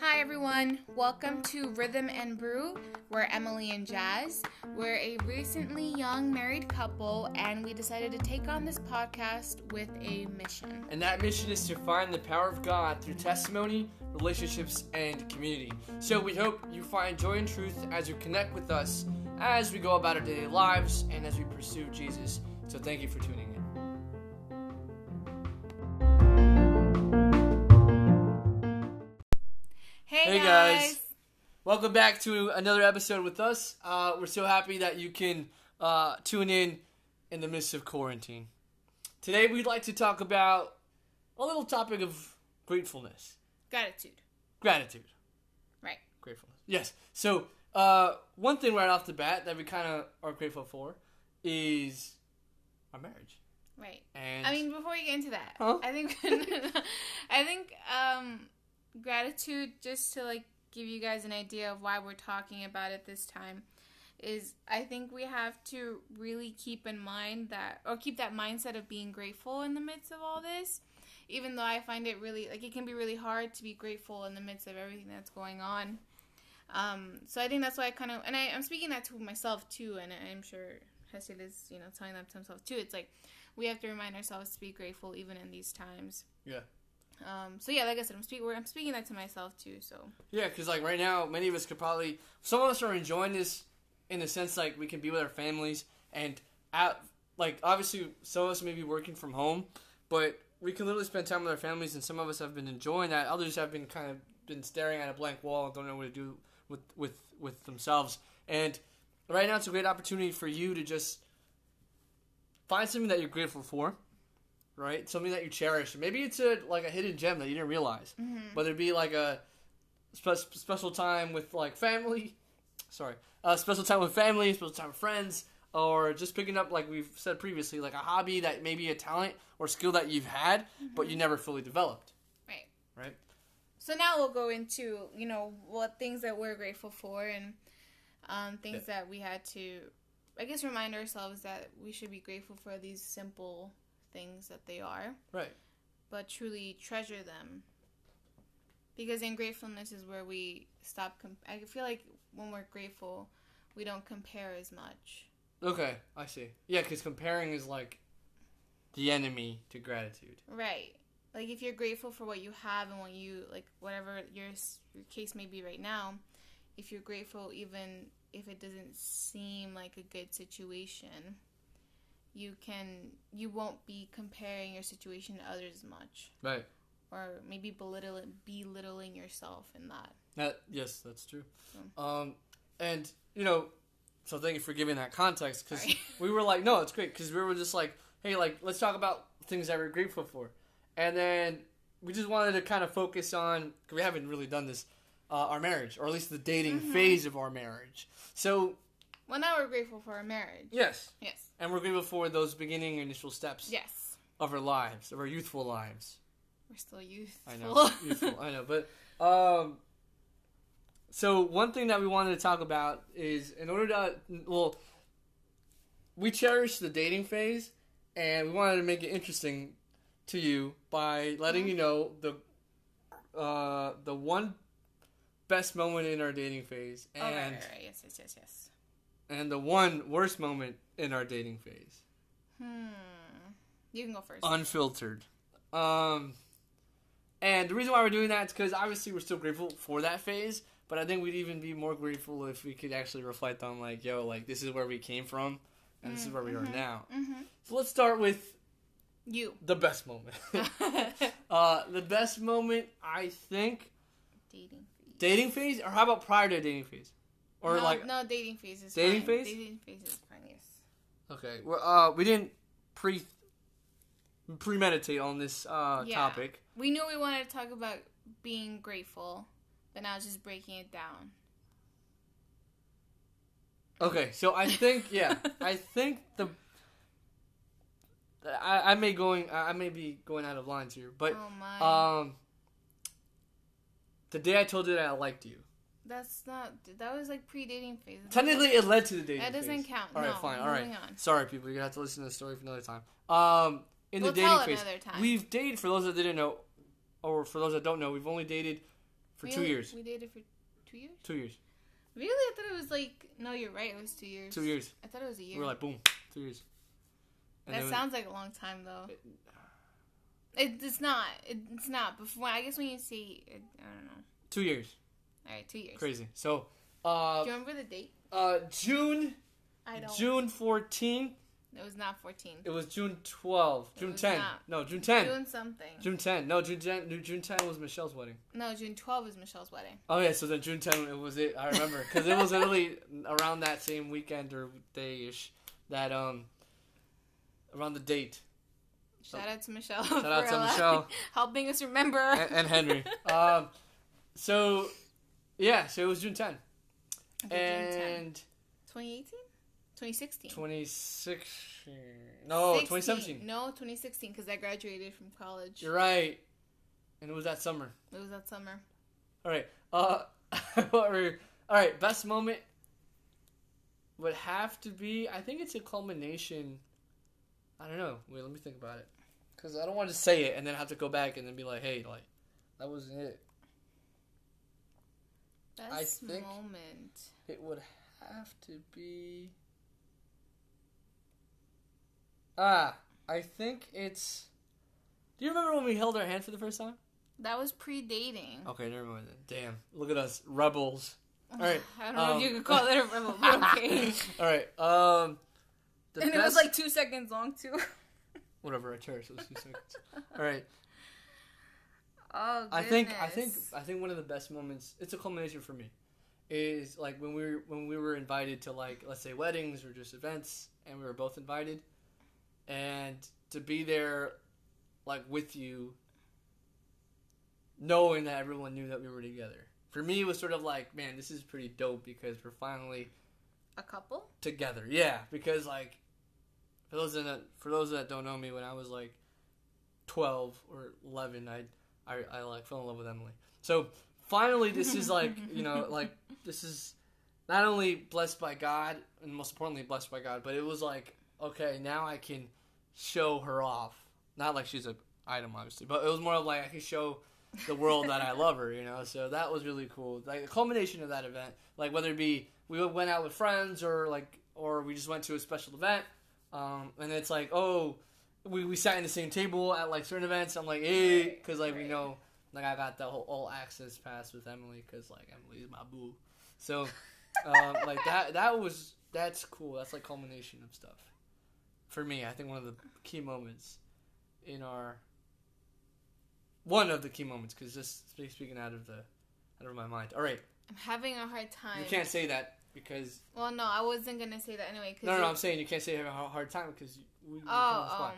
Hi, everyone. Welcome to Rhythm and Brew. We're Emily and Jazz. We're a recently young married couple, and we decided to take on this podcast with a mission. And that mission is to find the power of God through testimony, relationships, and community. So we hope you find joy and truth as you connect with us as we go about our daily lives and as we pursue Jesus. So thank you for tuning in. Hey, Hey, guys. Welcome back to another episode with us. Uh, we're so happy that you can uh, tune in in the midst of quarantine. Today we'd like to talk about a little topic of gratefulness, Gratitude. gratitude. Right. gratefulness. Yes. So uh, one thing right off the bat that we kind of are grateful for is our marriage. Right. And I mean, before we get into that, Huh? I think I think um, gratitude, just to like give you guys an idea of why we're talking about it this time, is I think we have to really keep in mind that, or keep that mindset of being grateful in the midst of all this. Even though I find it really like it can be really hard to be grateful in the midst of everything that's going on. Um, so I think that's why I kind of, and I, I'm speaking that to myself too, and I'm sure Hesed is, you know, telling that to himself too. It's like we have to remind ourselves to be grateful even in these times. Yeah. Um, so yeah, like I said, I'm speaking. I'm speaking that to myself too. So yeah, because like right now, many of us could probably some of us are enjoying this in the sense like we can be with our families and out like obviously some of us may be working from home, but we can literally spend time with our families and some of us have been enjoying that. Others have been kind of been staring at a blank wall and don't know what to do with with with themselves. And right now it's a great opportunity for you to just find something that you're grateful for, right? Something that you cherish. Maybe it's a like a hidden gem that you didn't realize. Whether it be like a spe- special time with like family, sorry, uh, special time with family, special time with friends, or just picking up like we've said previously, like a hobby that maybe a talent or skill that you've had but you never fully developed, right. right? So now we'll go into you know what things that we're grateful for and um, things that we had to, I guess, remind ourselves that we should be grateful for these simple things that they are, Right. but truly treasure them. Because in gratefulness is where we stop. Comp- I feel like when we're grateful, we don't compare as much. Okay, I see. Yeah, because comparing is like the enemy to gratitude. Right. Like if you're grateful for what you have and what you like, whatever your s- your case may be right now, if you're grateful even if it doesn't seem like a good situation, you can you won't be comparing your situation to others as much, Right. or maybe belittle belittling yourself in that. That yes, that's true. Um, and you know, so thank you for giving that context because Sorry. we were like, no, it's great because we were just like, hey, like let's talk about things that we're grateful for, and then we just wanted to kind of focus on 'cause we haven't really done this, uh, our marriage or at least the dating phase of our marriage. So Well, now we're grateful for our marriage. yes, Yes. and we're grateful for those beginning initial steps Yes. of our lives, of our youthful lives. We're still youthful. I know. Beautiful. I know. But um, so one thing that we wanted to talk about is in order to well, we cherish the dating phase, and we wanted to make it interesting to you by letting you know the uh, the one best moment in our dating phase oh, right, and right, right. Yes, yes, yes, yes. and the one worst moment in our dating phase. Hmm. You can go first. unfiltered. Um, and the reason why we're doing that is because obviously we're still grateful for that phase, but I think we'd even be more grateful if we could actually reflect on like, yo, like this is where we came from, and this is where we are now. mm-hmm. So let's start with You. the best moment. uh, the best moment, I think, dating phase. dating phase, or how about prior to dating phase, or no, like no dating phase is Dating fine. phase? Dating phase is fine. Yes. Okay. Well, uh, we didn't pre premeditate on this uh Yeah. topic. We knew we wanted to talk about being grateful, but now it's just breaking it down. Okay, so I think yeah, I think the I, I may going I I may be going out of lines here, but oh my. um, the day I told you that I liked you, That's not. That was like pre-dating phase. Technically, it led to the dating. That doesn't phase. count. All right, No, fine. All right. moving on. Sorry, people. You're gonna have to listen to the story for another time. Um, in We'll the dating tell phase, another time. we've dated. For those that didn't know, or for those that don't know, we've only dated for We two only- years. We dated for two years. Two years. Really, I thought it was like. No, you're right. It was two years. Two years. I thought it was a year. We were like, boom, two years. that then we- sounds like a long time though. It- It, it's not. It, it's not. But when, I guess when you say, it, I don't know. two years. All right, two years. Crazy. So, Do uh, you remember the date? uh, June, I don't. June 14th. It was not 14. It was June 12th. June was 10th. not. No, June 10th. June something. June 10th. No, June 10th. June 10th was Michelle's wedding. No, June 12 is Michelle's wedding. Oh yeah, so then June 10th it was it. I remember because it was literally around that same weekend or day ish that um around the date Shout out to Michelle. Oh. Shout out for, to uh, Michelle. Eh, helping us remember. and, and Henry. um, so yeah, so it was June 10th Okay, June 10. and 2018? 2016. 2016. No, 2017. No, 2016, because I graduated from college. You're right, and it was that summer. It was that summer. All right. Uh, what were- all right. Best moment would have to be. I think it's a culmination. I don't know. Wait, let me think about it. Cause I don't want to say it and then have to go back and then be like, hey, like that wasn't it. I Best think- moment. It would have to be. Ah, I think it's. Do you remember when we held our hand for the first time? That was pre dating. Okay, never mind then. Damn, look at us, rebels. Oh, All right. I don't know um, if you could call it a rebel, but okay. All right. Um, the and it was like two seconds long, too. whatever. I cherish those two seconds. All right. oh, goodness. I think I think I think one of the best moments. It's a culmination for me. Is like when we were when we were invited to like let's say weddings or just events, and we were both invited, and to be there, like with you, knowing that everyone knew that we were together. For me, it was sort of like, man, this is pretty dope because we're finally A couple? together. Yeah, because like for those that for those that don't know me, when I was like twelve or eleven, I I, I like fell in love with Emily. So finally, this is like you know like this is not only blessed by God and most importantly blessed by God, but it was like okay now I can show her off. Not like she's a item obviously, but it was more of like I can show the world that I love her, you know. So that was really cool. Like the culmination of that event, like whether it be we went out with friends or like or we just went to a special event, um, and it's like oh, we, we sat in the same table at like certain events. I'm like hey, Right, because like we right. know like I got the whole all access pass with Emily because like Emily's my boo, so um, like that that was that's cool. That's like culmination of stuff for me. I think one of the key moments in our one of the key moments because just spe- speaking out of the out of my mind. All right, I'm having a hard time. you can't say that because Well, no, I wasn't gonna say that anyway. 'cause no, no, no, you- I'm saying you can't say you have a har- hard time because we, we put you on the Oh, spot.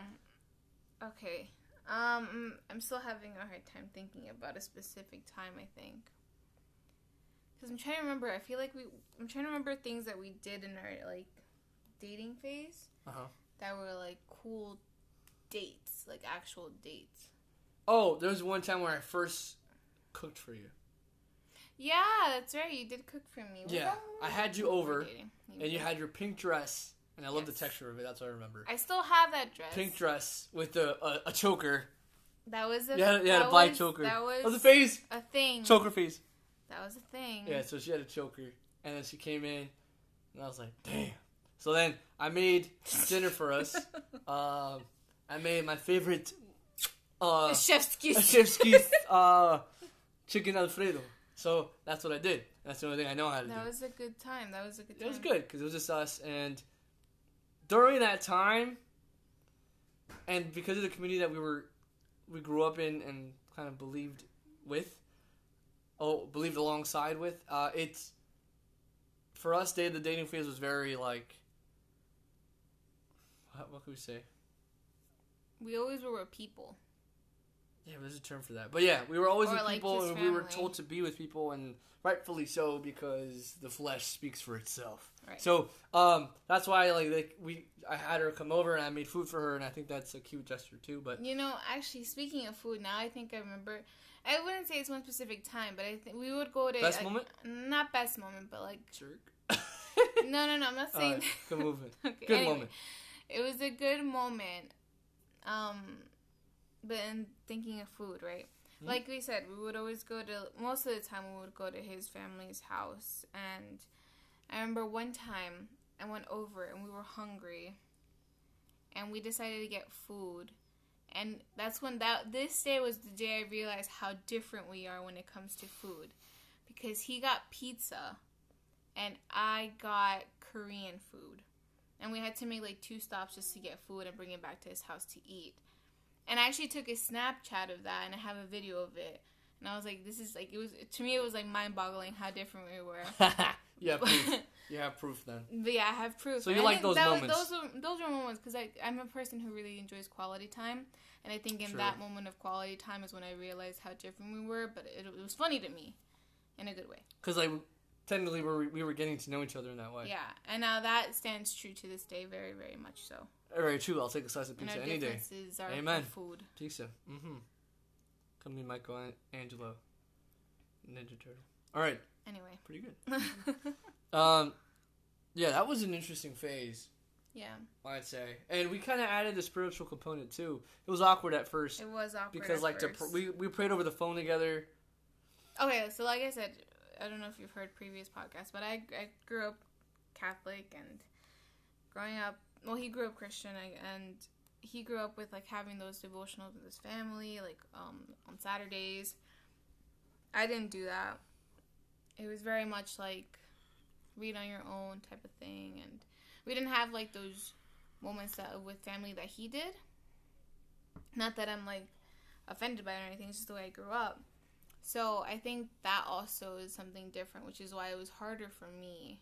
um, okay. Um, mm, I'm still having a hard time thinking about a specific time. I think because I'm trying to remember. I feel like we. I'm trying to remember things that we did in our like dating phase Uh-huh. that were like cool dates, like actual dates. Oh, there was one time where I first cooked for you, Yeah, that's right. You did cook for me. Was Yeah, that when we I had you were over, dating? and you had your pink dress, and I love the Yes. texture of it. That's what I remember. I still have that dress. Pink dress with a a, a choker. That was a Yeah, yeah, that a black was- choker. That was, That was a face a thing. choker face. That was a thing. Yeah, so she had a choker, and then she came in, and I was like, "Damn!" So then I made dinner for us. Um, I made my favorite uh, chef's kiss. chef's kiss uh, chicken alfredo. So that's what I did. That's the only thing I know how to do. That was a good time. That was a good time. it was good because it was just us, and during that time, and because of the community that we were, we grew up in and kind of believed with, oh, believed alongside with. Uh, it's for us. Day the dating phase was very like. What, what could we say? We always were with people. Yeah, there's a term for that. But yeah, we were always Or, with like, people, his and we were family. told to be with people, and rightfully so because the flesh speaks for itself. Right. So um, that's why like, like we, I had her come over, and I made food for her, and I think that's a cute gesture too. But You know, actually, speaking of food, now I think I remember. I wouldn't say it's one specific time, but I think we would go to Best like, moment? Not best moment, but like Jerk. no, no, no. I'm not saying. Alright, good movement. Okay, Good anyway, moment. It was a good moment. Um, but in thinking of food, right? Mhm. Like we said, we would always go to. Most of the time, we would go to his family's house, and I remember one time I went over and we were hungry, and we decided to get food. And that's when that this day was the day I realized how different we are when it comes to food, because he got pizza, and I got Korean food, and we had to make like two stops just to get food and bring it back to his house to eat. And I actually took a Snapchat of that, and I have a video of it. And I was like, "This is like it was to me. It was like mind-boggling how different we were." you have proof. but You have proof then. yeah, I have proof. So you And I like think those that was- moments. those were those were moments because I'm a person who really enjoys quality time, and I think in True. that moment of quality time is when I realized how different we were. But it, it was funny to me, in a good way. Because like technically we were, we were getting to know each other in that way. Yeah, and now that stands true to this day, very very much so. Very true. I'll take a slice of And pizza our any day. differences are Amen. Amen. food. Pizza. Mm-hmm. Come to Michael Angelo. Ninja Turtle. All right. Anyway, Pretty good. Um, yeah, that was an interesting phase. yeah, I'd say, and we kind of added the spiritual component too. It was awkward at first it was awkward because, at like, the first. pr- we we prayed over the phone together. Okay, so like I said, I don't know if you've heard previous podcasts, but I, I grew up Catholic and growing up, well, he grew up Christian I- and he grew up with like having those devotionals with his family, like um, on Saturdays. I didn't do that. It was very much like read on your own type of thing, and we didn't have like those moments that with family that he did. Not that I'm like offended by it or anything, it's just the way I grew up. So I think that also is something different, which is why it was harder for me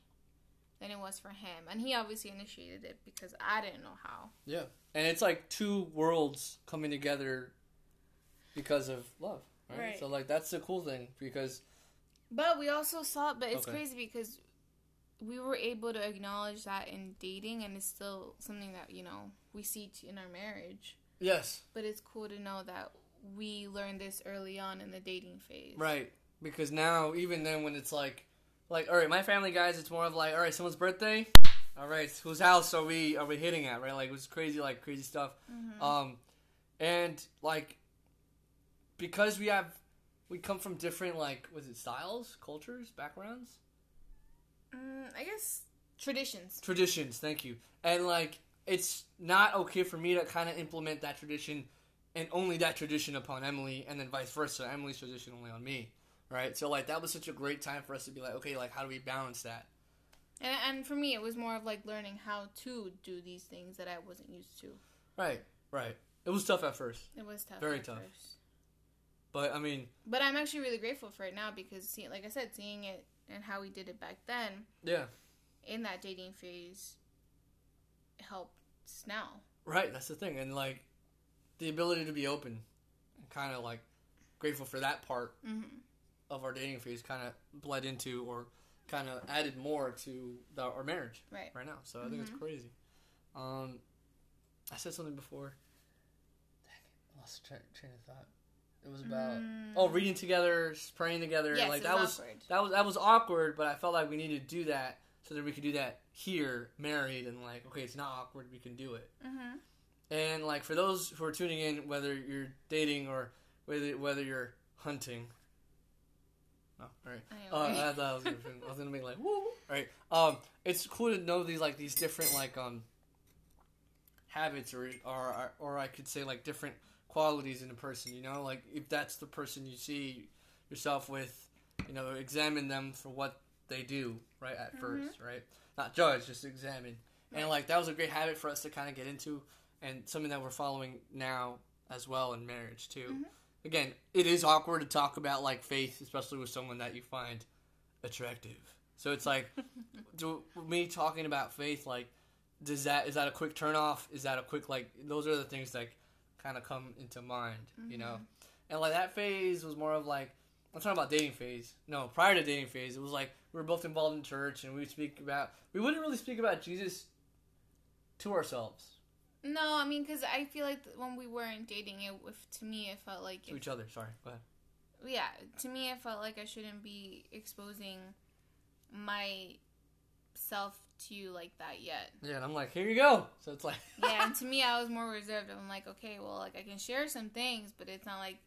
than it was for him. And he obviously initiated it because I didn't know how. Yeah, and it's like two worlds coming together because of love. Right? Right. So like that's the cool thing because But we also saw it, but it's Okay. crazy because we were able to acknowledge that in dating, and it's still something that, you know, we see t- in our marriage. yes, But it's cool to know that we learned this early on in the dating phase. right because now even then when it's like like all right my family guys it's more of like all right someone's birthday all right whose house are we are we hitting at right like it was crazy like crazy stuff um and like because we have we come from different like was it styles cultures backgrounds Mm, I guess traditions. traditions thank you and like it's not okay for me to kind of implement that tradition and only that tradition upon emily and then vice versa emily's tradition only on me right so like that was such a great time for us to be like okay like how do we balance that And, and for me, it was more of like learning how to do these things that I wasn't used to. right right it was tough at first It was tough. Very at tough. first. but i mean But I'm actually really grateful for it now because, see, like I said, seeing it and how we did it back then yeah in that dating phase helps now. right that's the thing and like the ability to be open and kind of like grateful for that part Mm-hmm. of our dating phase kind of bled into or kind of added more to the, our marriage Right. right now. So I think Mm-hmm. it's crazy. Um, I said something before. Dang it, I lost tra- train of thought. It was about oh reading together, s- praying together. Mm. Yes, like it that was was awkward. that was that was awkward, but I felt like we needed to do that so that we could do that here, married, and like okay, it's not awkward. We can do it. Mm-hmm. And like for those who are tuning in, whether you're dating or whether whether you're hunting. No, all right. Uh, Anyway. I, thought I was gonna, I was gonna be like, woo. Right. Um, it's cool to know these like these different like um habits or or or I could say like different qualities in a person. You know, like if that's the person you see yourself with, you know, examine them for what they do. Right at first, right? Not judge, just examine. And like that was a great habit for us to kind of get into, and something that we're following now as well in marriage too again, it is awkward to talk about like faith, especially with someone that you find attractive. So it's like, do me talking about faith, like, does that is that a quick turnoff? Is that a quick like? Those are the things that kind of come into mind, you know. And like that phase was more of like I'm talking about dating phase. No, prior to dating phase, it was like we were both involved in church and we would speak about we wouldn't really speak about Jesus to ourselves no, I mean, because I feel like th- when we weren't dating, it if, to me, it felt like to if, each other. Sorry, go ahead. yeah, to me, I felt like I shouldn't be exposing myself to you like that yet. Yeah, and I'm like, here you go. So it's like, Yeah, and to me, I was more reserved. I'm like, okay, well, like I can share some things, but it's not like,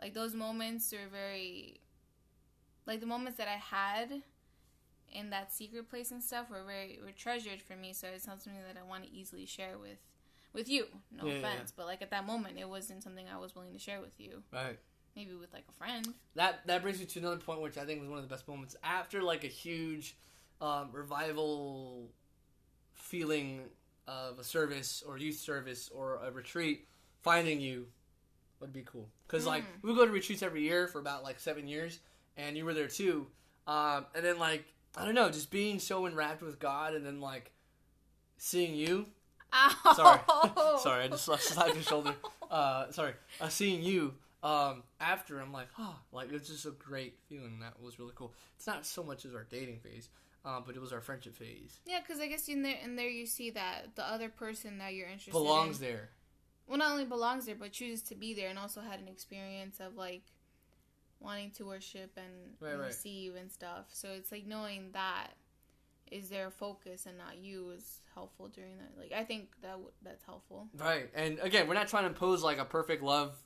like those moments are very, like the moments that I had in that secret place and stuff were very were treasured for me. So it's not something that I want to easily share with with you. No Yeah, yeah, offense, but like at that moment, it wasn't something I was willing to share with you. right. Maybe with like a friend. that that brings me to another point which i think was one of the best moments after like a huge um, revival feeling of a service or youth service or a retreat finding you would be cool because like Mm. we would go to retreats every year for about like seven years and you were there too um, and then like i don't know just being so enwrapped with god and then like seeing you Ow! Oh. Sorry. Sorry, I just slapped your shoulder. uh, sorry, uh, seeing you um, after, I'm like, oh, like it's just a great feeling. That was really cool. It's not so much as our dating phase, uh, but it was our friendship phase. Yeah, because I guess in there, in there you see that the other person that you're interested in, Belongs there. well not only belongs there but chooses to be there and also had an experience of like wanting to worship and, Right, and right. receive and stuff so it's like knowing that is their focus and not you is helpful during that like i think that w- that's helpful Right. And again, we're not trying to impose like a perfect love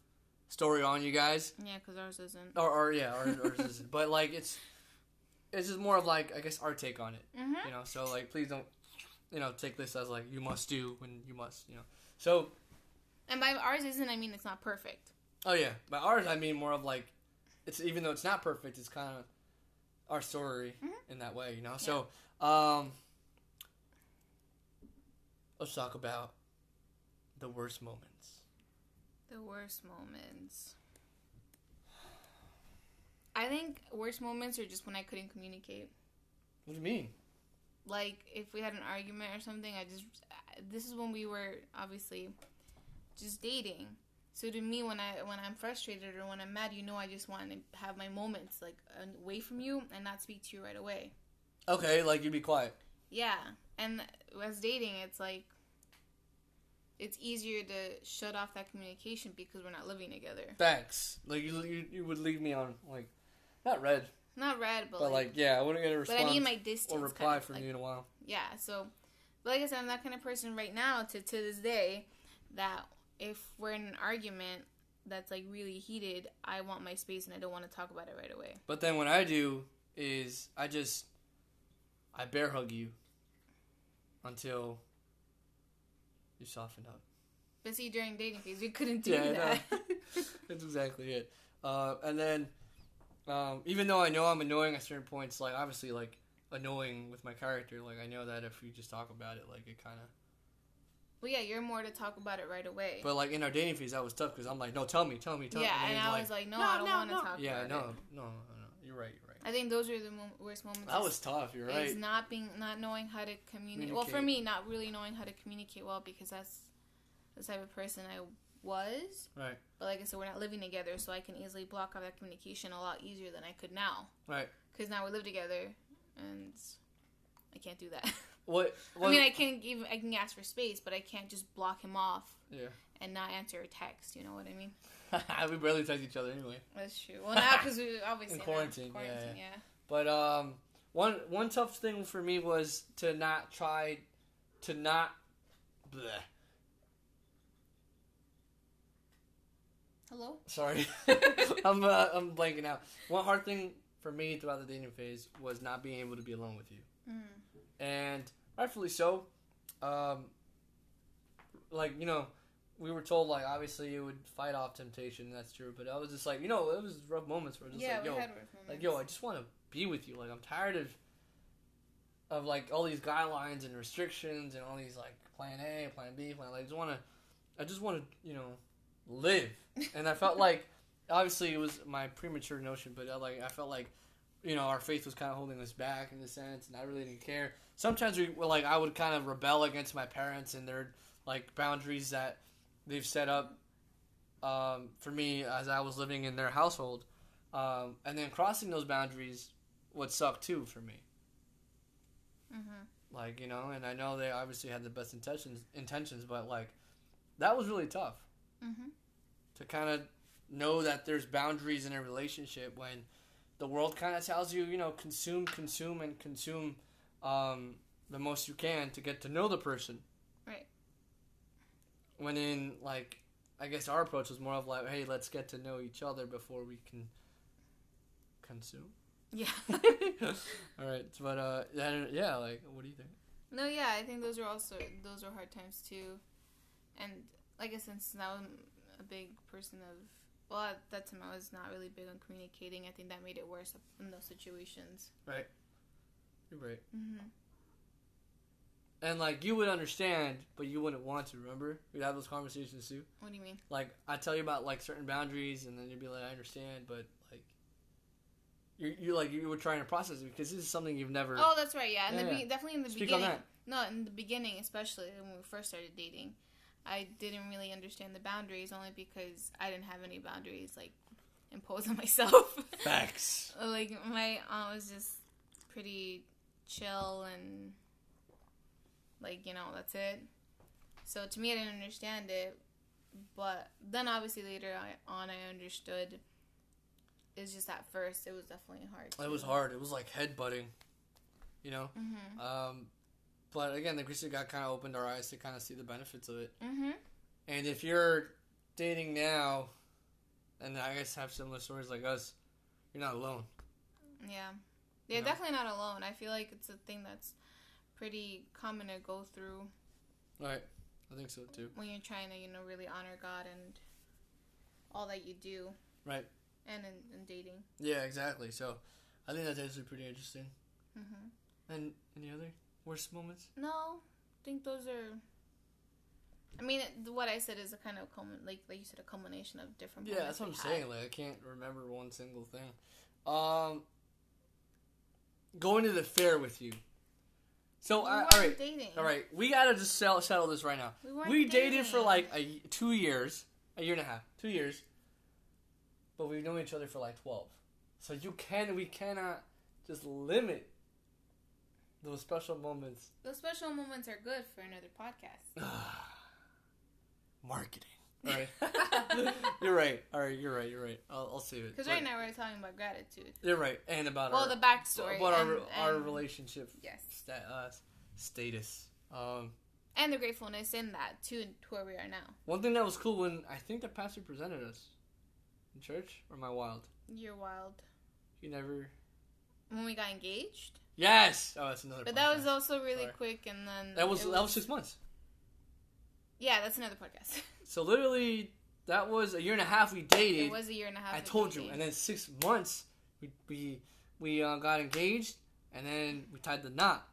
story on you guys, yeah because ours isn't or, or yeah, or, or just- but like it's it's just more of like I guess our take on it. hmm You know, so like please don't you know take this as like you must do when you must. You know, so and by ours isn't i mean it's not perfect Oh yeah, by ours I mean more of like it's even though it's not perfect, it's kind of our story Mhm. in that way, you know. So um, let's talk about the worst moments. the worst moments i think worst moments are just when i couldn't communicate What do you mean? like if we had an argument or something i just this is when we were obviously just dating so to me when i when i'm frustrated or when i'm mad you know i just want to have my moments like away from you and not speak to you right away Okay, like you'd be quiet. yeah and as dating it's like it's easier to shut off that communication because we're not living together Thanks. Like you, you, you would leave me on like not red, not red but, but like, like yeah, I wouldn't get a but response i need my distance or kind reply of, from like, you in a while. yeah so but like i said i'm that kind of person right now to to this day that if we're in an argument that's like really heated i want my space and i don't want to talk about it right away But then what I do is I just I bear hug you until you soften up. but see during dating phase we couldn't do Yeah, I that know. That's exactly it. Uh, and then, um, even though I know I'm annoying at certain points, like obviously, like annoying with my character, like I know that if we just talk about it, like it kind of. but yeah you're more to talk about it right away But like in our dating phase, that was tough because I'm like, no, tell me, tell me, tell yeah me. and i was like no, i don't want to talk yeah, about no, it no, no, no, you're right, you're right. i think those are the mo- worst moments That was tough. You're is right. not being not knowing how to communicate. Well, for me, not really knowing how to communicate well because that's the type of person I was. Right. But like I said, we're not living together, so I can easily block off that communication a lot easier than I could now. Right. Because now we live together, and I can't do that. What? what I mean, I can give I can ask for space, but I can't just block him off Yeah. and not answer a text. You know what I mean? we barely touch each other anyway. That's true. Well, now because we obviously In now, quarantine, yeah, quarantine, yeah. But um, one one tough thing for me was to not try, to not, bleh, Hello. sorry, I'm uh, I'm blanking out. One hard thing for me throughout the dating phase was not being able to be alone with you, Mm. and rightfully so. Um, like you know, we were told like obviously you would fight off temptation. and That's true, but I was just like you know it was rough moments where I was just Yeah, like we yo, had worth moments. like yo i just want to be with you like i'm tired of of like all these guidelines and restrictions and all these like plan a plan b plan like, i just want to i just want to you know live and i felt like obviously it was my premature notion but I, like i felt like you know our faith was kind of holding us back in a sense and i really didn't care sometimes we well, like i would kind of rebel against my parents and their like boundaries that they've set up um, for me as i was living in their household um, and then crossing those boundaries would suck too for me. Mhm. Like you know, and I know they obviously had the best intentions, intentions, but like that was really tough Mhm. to kind of know that there's boundaries in a relationship when the world kind of tells you, you know, consume, consume, and consume um, the most you can to get to know the person. Right. When in like, I guess our approach was more of like, hey, let's get to know each other before we can consume. Yeah. All right, but uh, that- yeah, like, what do you think? no, yeah, I think those were also those were hard times too, and like I said, since I was a big person of well, at that time I was not really big on communicating. I think that made it worse in those situations. You're right. Mm-hmm. And like, you would understand, but you wouldn't want to. Remember, we'd have those conversations too. What do you mean? Like, I tell you about like certain boundaries, and then you'd be like, I understand, but like, you you like you were trying to process it because this is something you've never. Oh, that's right. Yeah, in Yeah, the yeah. Be- definitely in the Speak on beginning. that. No, in the beginning, especially when we first started dating, I didn't really understand the boundaries only because I didn't have any boundaries like imposed on myself. Facts. like my aunt was just pretty chill and like you know that's it. So to me, I didn't understand it, but then obviously later I- on, I understood. It's just at first, it was definitely hard. It was hard. It was like headbutting, you know. Mm-hmm. Um, but again, the Christian God kind of opened our eyes to kind of see the benefits of it. Mm-hmm. And if you're dating now, and I guess have similar stories like us, you're not alone. Yeah. You Yeah, know? definitely not alone. I feel like it's a thing that's pretty common to go through Right. I think so too. when you're trying to, you know, really honor God and all that you do. Right. And in, in dating. Yeah, exactly. So I think that's actually pretty interesting. hmm And any other worst moments? No, I think those are. I mean, it- what I said is a kind of common, like like you said, a culmination of different. Yeah, that's what I'm moments we had. saying. Like I can't remember one single thing. Um, going to the fair with you. So We I, weren't all right, dating. all right. We gotta just sell, settle this right now. We, weren't we dated for dating. like a y- two years, a year and a half, two years, but we've known each other for like twelve. So you can, we cannot just limit those special moments. Those special moments are good for another podcast. Marketing. All right, you're right. All right, you're right. You're right. I'll, I'll save it. Because But right now we're talking about gratitude. you're right, and about Well, our the backstory. about our and- our and- relationship Yes. sta- uh, status. Um, and the gratefulness in that to to where we are now. one thing that was cool when I think the pastor presented us in church, or am I wild? You're wild. You never When we got engaged, Yes. Oh, that's another. but that was podcast. also really Sorry. quick, and then that was it that was six months. yeah, that's another podcast. So literally, that was a year and a half we dated. it was a year and a half. I of told you, dating. and then six months we we we uh, got engaged, and then we tied the knot.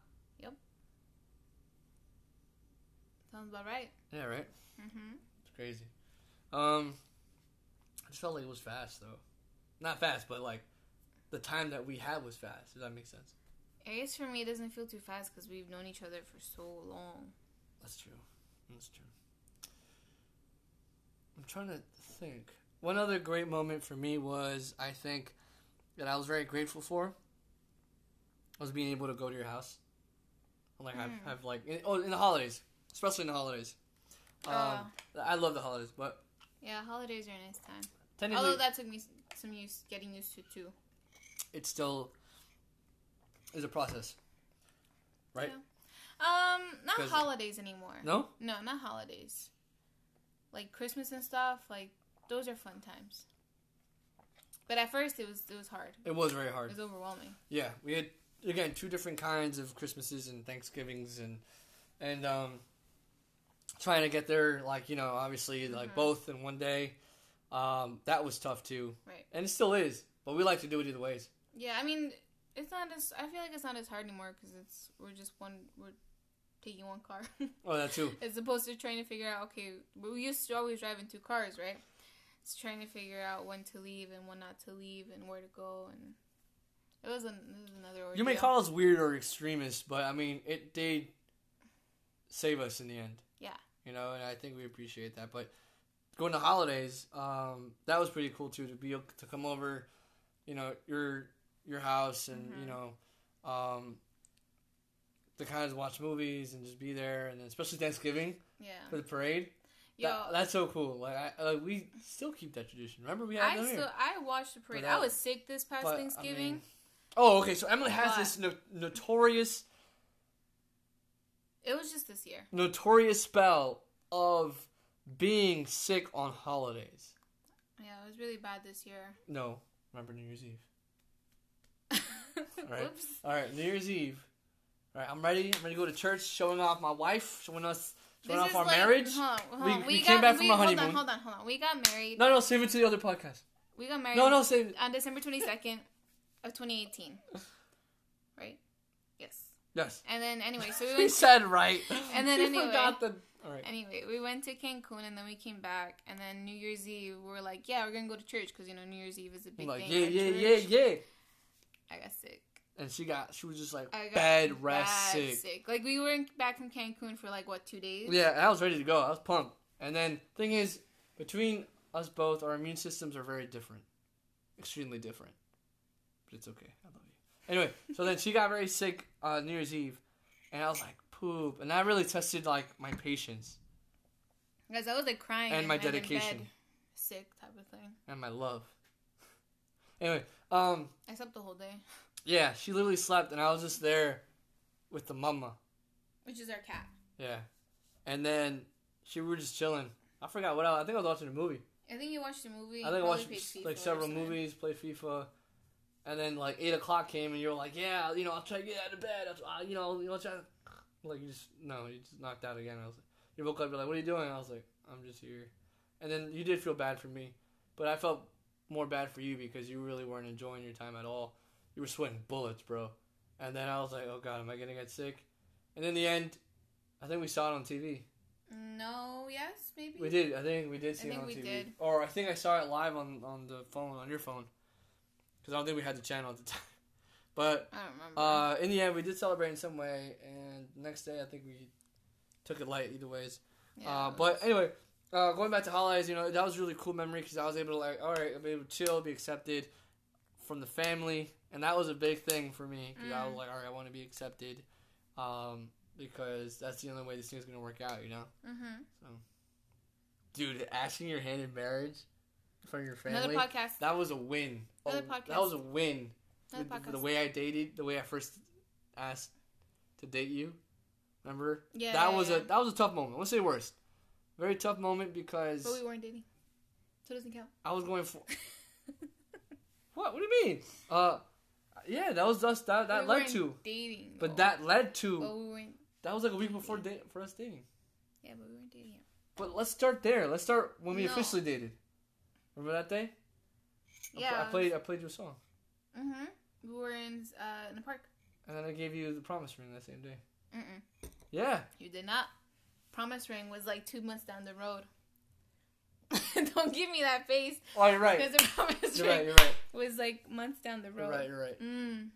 sounds about right. Yeah, right. Mm-hmm. It's crazy. Um, I just felt like it was fast though, not fast, but like the time that we had was fast. Does that make sense? I guess for me, it doesn't feel too fast because we've known each other for so long. That's true. That's true. I'm trying to think. One other great moment for me was, I think, that I was very grateful for was being able to go to your house. Like, Mm. I've, I've, like, in, oh, in the holidays, especially in the holidays. Um, Oh. I love the holidays, but Yeah, holidays are a nice time. technically, Although that took me s- some use getting used to too. it still is a process. Right? Um, not 'Cause- holidays anymore. No? No, not holidays. Like Christmas and stuff, like those are fun times. But at first it was it was hard. It was very It hard. was overwhelming. Yeah, we had again two different kinds of Christmases and Thanksgivings and and um trying to get there like you know obviously like Mhm. both in one day. Um that was tough too. Right. And it still is, but we like to do it either ways. Yeah, I mean, it's not as I feel like it's not as hard anymore because it's we're just one we're taking one car Oh, that too. as opposed to trying to figure out okay we used to always drive in two cars right. It's trying to figure out when to leave and when not to leave and where to go and it was, an, it was another. Ordeal. You may call us weird or extremist, but I mean it did save us in the end. Yeah. You know, and I think we appreciate that. But going to holidays, um, that was pretty cool too to be able to come over, you know, your your house and Mm-hmm. you know, um, to kind of watch movies and just be there, and especially Thanksgiving yeah. for the parade. Yo, That- that's so cool. Like, I, like we still keep that tradition. Remember we had I them still here. I watched the parade. But, uh, I was sick this past but, I Thanksgiving. mean- Oh, okay. So Emily has But- this no- notorious, it was just this year. notorious spell of being sick on holidays. Yeah, it was really bad this year. No, remember New Year's Eve. right. Whoops. All right, New Year's Eve. All right, I'm ready. I'm ready to go to church, showing off my wife, showing us, showing This off is our like- marriage. hold on, hold We- on. we came back from we- a hold on, honeymoon. Hold on, hold on. We got married. No, no, save it to the other podcast. We got married. No, no, save. on December 22nd of 2018. Right? Yes. Yes. And then anyway, so we He went said right. And then he anyway- forgot the. All right. anyway, we went to Cancun and then we came back and then New Year's Eve we were like, yeah, we're going to go to church cuz you know New Year's Eve is a big like thing. yeah, at yeah, yeah, church. yeah. I got sick. And she got. She was just like I got bad bad rest sick. Like we were not back from Cancun for like what, 2 days? Yeah, and I was ready to go. I was pumped. And then thing is, between us both, our immune systems are very different, extremely different. But it's okay. I love you. Anyway, so then she got very sick on New Year's Eve, and I was like, poop. And that really tested like my patience Guys, I was like crying And my in bed, dedication. sick type of thing. and my love. anyway, um, I slept the whole day, yeah, she literally slept, and I was just there with the mama. which is our cat. Yeah, and then she we were just chilling. I forgot what else. I think I was watching a movie. I think you watched a movie. I think I probably watched played s- FIFA like or several something. movies, played FIFA, and then like eight o'clock came and you were like, yeah, you know, I'll try to get out of bed. I'll, I'll- you know, I'll try. to-" Like you just no, you just knocked out again. I was like, you woke up, you're like, what are you doing? I was like, I'm just here. And then you did feel bad for me, but I felt more bad for you because you really weren't enjoying your time at all. You were sweating bullets, bro. And then I was like, oh god, am I gonna get sick? And in the end, I think we saw it on TV. No, yes, maybe. We did. I think we did see I it think on we TV, did. or I think I saw it live on on the phone on your phone, because I don't think we had the channel at the time. But I don't remember. uh, in the end, we did celebrate in some way, and next day I think we took it light either ways. Yeah, Uh, but anyway, uh, going back to holidays, you know that was a really cool memory because I was able to like, all right, I be able to chill, be accepted from the family, and that was a big thing for me because I was Mm. like, all right, I want to be accepted, um, because that's the only way this thing's gonna work out, you know. mhm. Dude, asking your hand in marriage from your another family. podcast. That was a win. Oh, Another podcast. That was a win. The, Another podcast. the way I dated, the way I first asked to date you. Remember? yeah, that yeah, was yeah. a that was a tough moment. Let's say worst. Very tough moment because But we weren't dating, so it doesn't count. I was going for what? What do you mean? Uh, yeah, that was us. That that we led weren't to, dating. but though. that led to Well, we weren't. that was like a week before date for us dating. Yeah, but we weren't dating. yet. But let's start there. Let's start when we No. officially dated. Remember that day? I pl- Yeah. I played I played your song. Mhm. We were in uh in the park. And then I gave you the promise ring that same day. Mm-mm. Yeah. You did not. Promise ring was like two months down the road. Don't give me that face Oh, you're right. because the promise You're ring right. You're right. was like months down the You're road. right. You're right. Mm.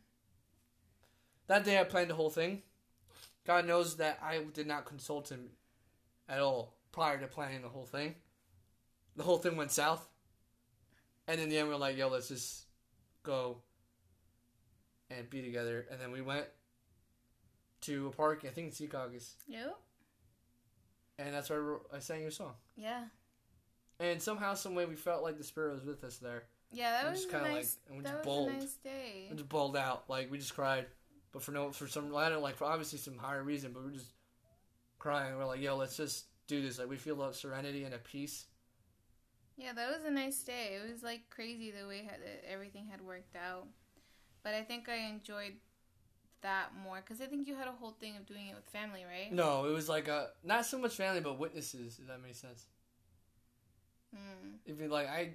That day I planned the whole thing. God knows that I did not consult him at all prior to planning the whole thing. The whole thing went south. And in the end, we were like, yo, let's just go and be together. And then we went to a park, I think it's Secaucus. Yep. And that's where I wrote- I sang your song. Yeah. And somehow, some way, we felt like the spirit was with us there. Yeah. That I'm was just a kinda nice. like- I'm just that was bold. a nice day. We just balled out. Like we just cried, but for no, for some, I don't like for obviously some higher reason, but we're just crying. We're like, yo, let's just do this. Like we feel a serenity and a peace. Yeah, that was a nice day. It was like crazy the way had, that everything had worked out. But I think I enjoyed that more because I think you had a whole thing of doing it with family, right? No, it was like a not so much family, but witnesses. If that makes sense. Mm. If you like, I,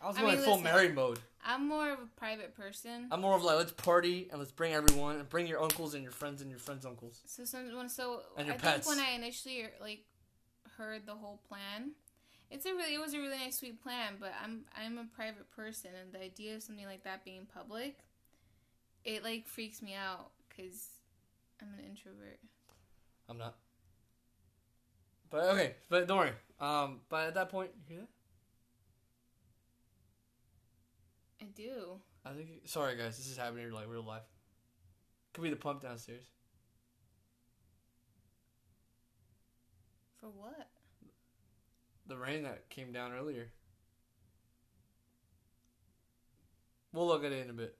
I was I going mean, full listen. married mode. I'm more of a private person. I'm more of like, let's party and let's bring everyone and bring your uncles and your friends and your friends' uncles. So some when so And your I pets. think when I initially like heard the whole plan, it's a really it was a really nice sweet plan. But I'm I'm a private person, and the idea of something like that being public, it like freaks me out because I'm an introvert. I'm not. But okay, but don't worry. Um, but at that point, you hear I do. that? I think. Sorry, guys, this is happening in like real life. Could be the pump downstairs. For what? the rain that came down earlier. We'll look at it in a bit.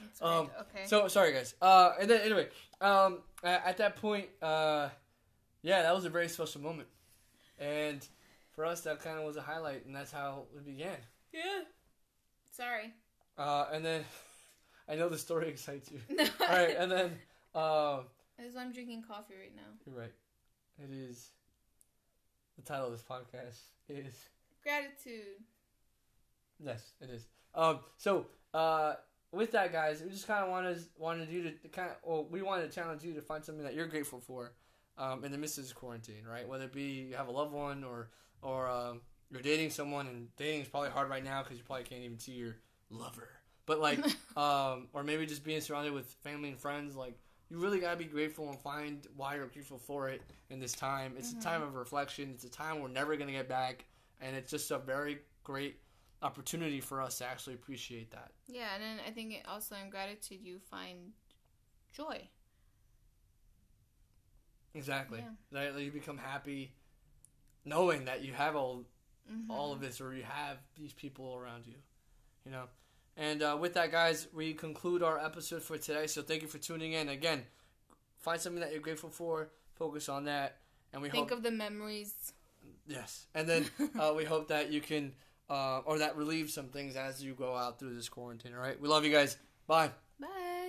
That's Um, weird. okay. So sorry, guys. Uh, and then anyway, um, a- at that point, uh, yeah, that was a very special moment, and for us, that kind of was a highlight, and that's how it began. yeah. Sorry. Uh, and then, I know the story excites you. No. All right, and then, uh, This is why I'm drinking coffee right now. you're right. It is. The title of this podcast is Gratitude. yes, it is. Um, so uh, with that, guys, we just kind of wanted wanted you to, kind of, well, we wanted to challenge you to find something that you're grateful for, um, in the midst of this quarantine, right? Whether it be you have a loved one or or um, you're dating someone, and dating is probably hard right now because you probably can't even see your lover. But like, um, or maybe just being surrounded with family and friends, like you really gotta be grateful and find why you're grateful for it in this time. It's a time of reflection. It's a time we're never gonna get back, and it's just a very great opportunity for us to actually appreciate that. Yeah, and then I think it also in gratitude you find joy. Exactly. Yeah. That you become happy knowing that you have all Mhm. all of this or you have these people around you you know and uh, with that guys we conclude our episode for today so thank you for tuning in again find something that you're grateful for focus on that and we Think hope of the memories. yes and then uh, we hope that you can uh, or that relieves some things as you go out through this quarantine all right we love you guys bye Bye.